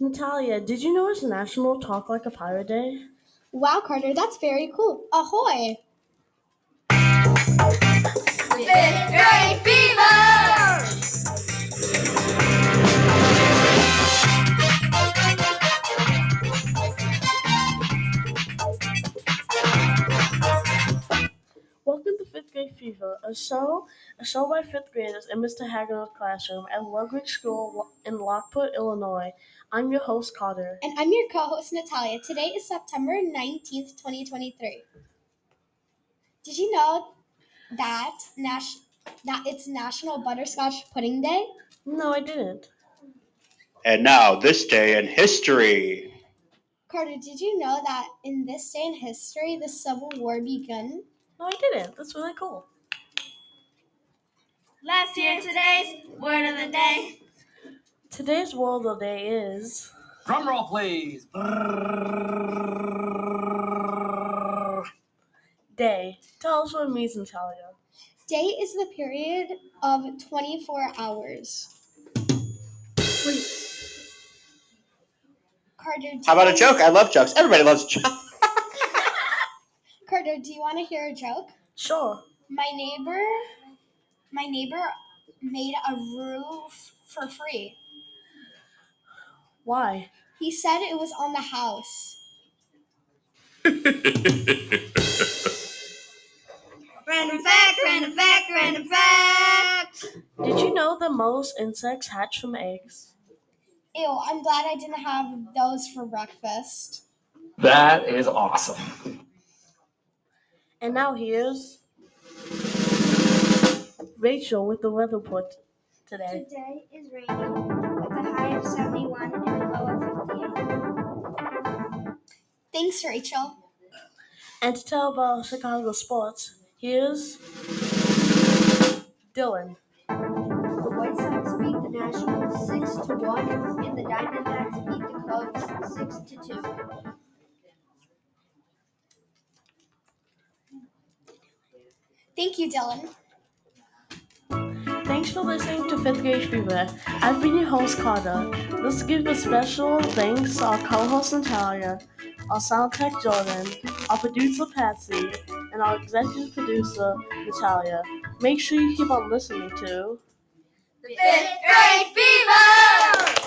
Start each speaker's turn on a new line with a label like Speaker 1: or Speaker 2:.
Speaker 1: Natalia, did you know it's National Talk Like a Pirate Day?
Speaker 2: Wow, Carter, that's very cool. Ahoy!
Speaker 3: Fifth grade fever!
Speaker 1: Welcome to Fifth Grade Fever, a show, a show by fifth graders in Mr. Haggard's classroom at Ludwig School in Lockport, Illinois. I'm your host, Carter.
Speaker 2: And I'm your co host, Natalia. Today is September 19th, 2023. Did you know that, Nash- that it's National Butterscotch Pudding Day?
Speaker 1: No, I didn't.
Speaker 4: And now, this day in history.
Speaker 2: Carter, did you know that in this day in history, the Civil War began?
Speaker 1: No, I didn't. That's really cool.
Speaker 3: Let's hear today's word of the day.
Speaker 1: Today's world of day is
Speaker 5: Drum roll, please.
Speaker 1: day. Tell us what it means, Natalia.
Speaker 2: Day is the period of 24 hours. Carter, do
Speaker 4: How about a
Speaker 2: you-
Speaker 4: joke? I love jokes. Everybody loves jokes.
Speaker 2: Carter, do you want to hear a joke?
Speaker 1: Sure.
Speaker 2: My neighbor, my neighbor made a roof for free.
Speaker 1: Why?
Speaker 2: He said it was on the house.
Speaker 3: Random fact, random fact, random fact.
Speaker 1: Did you know that most insects hatch from eggs?
Speaker 2: Ew, I'm glad I didn't have those for breakfast.
Speaker 5: That is awesome.
Speaker 1: And now here's Rachel with the weather report today.
Speaker 6: Today is rainy with a high of 71 and a low of 58.
Speaker 2: Thanks, Rachel.
Speaker 1: And to tell about Chicago sports, here's Dylan.
Speaker 6: The White Sox beat the Nationals 6 to 1 and the Diamondbacks beat the Cubs 6 to 2.
Speaker 2: Thank you, Dylan.
Speaker 1: Thanks for listening to Fifth Grade Fever. I've been your host, Carter. Let's give a special thanks to our co-host Natalia, our sound tech Jordan, our producer Patsy, and our executive producer Natalia. Make sure you keep on listening to.
Speaker 3: Fifth grade fever!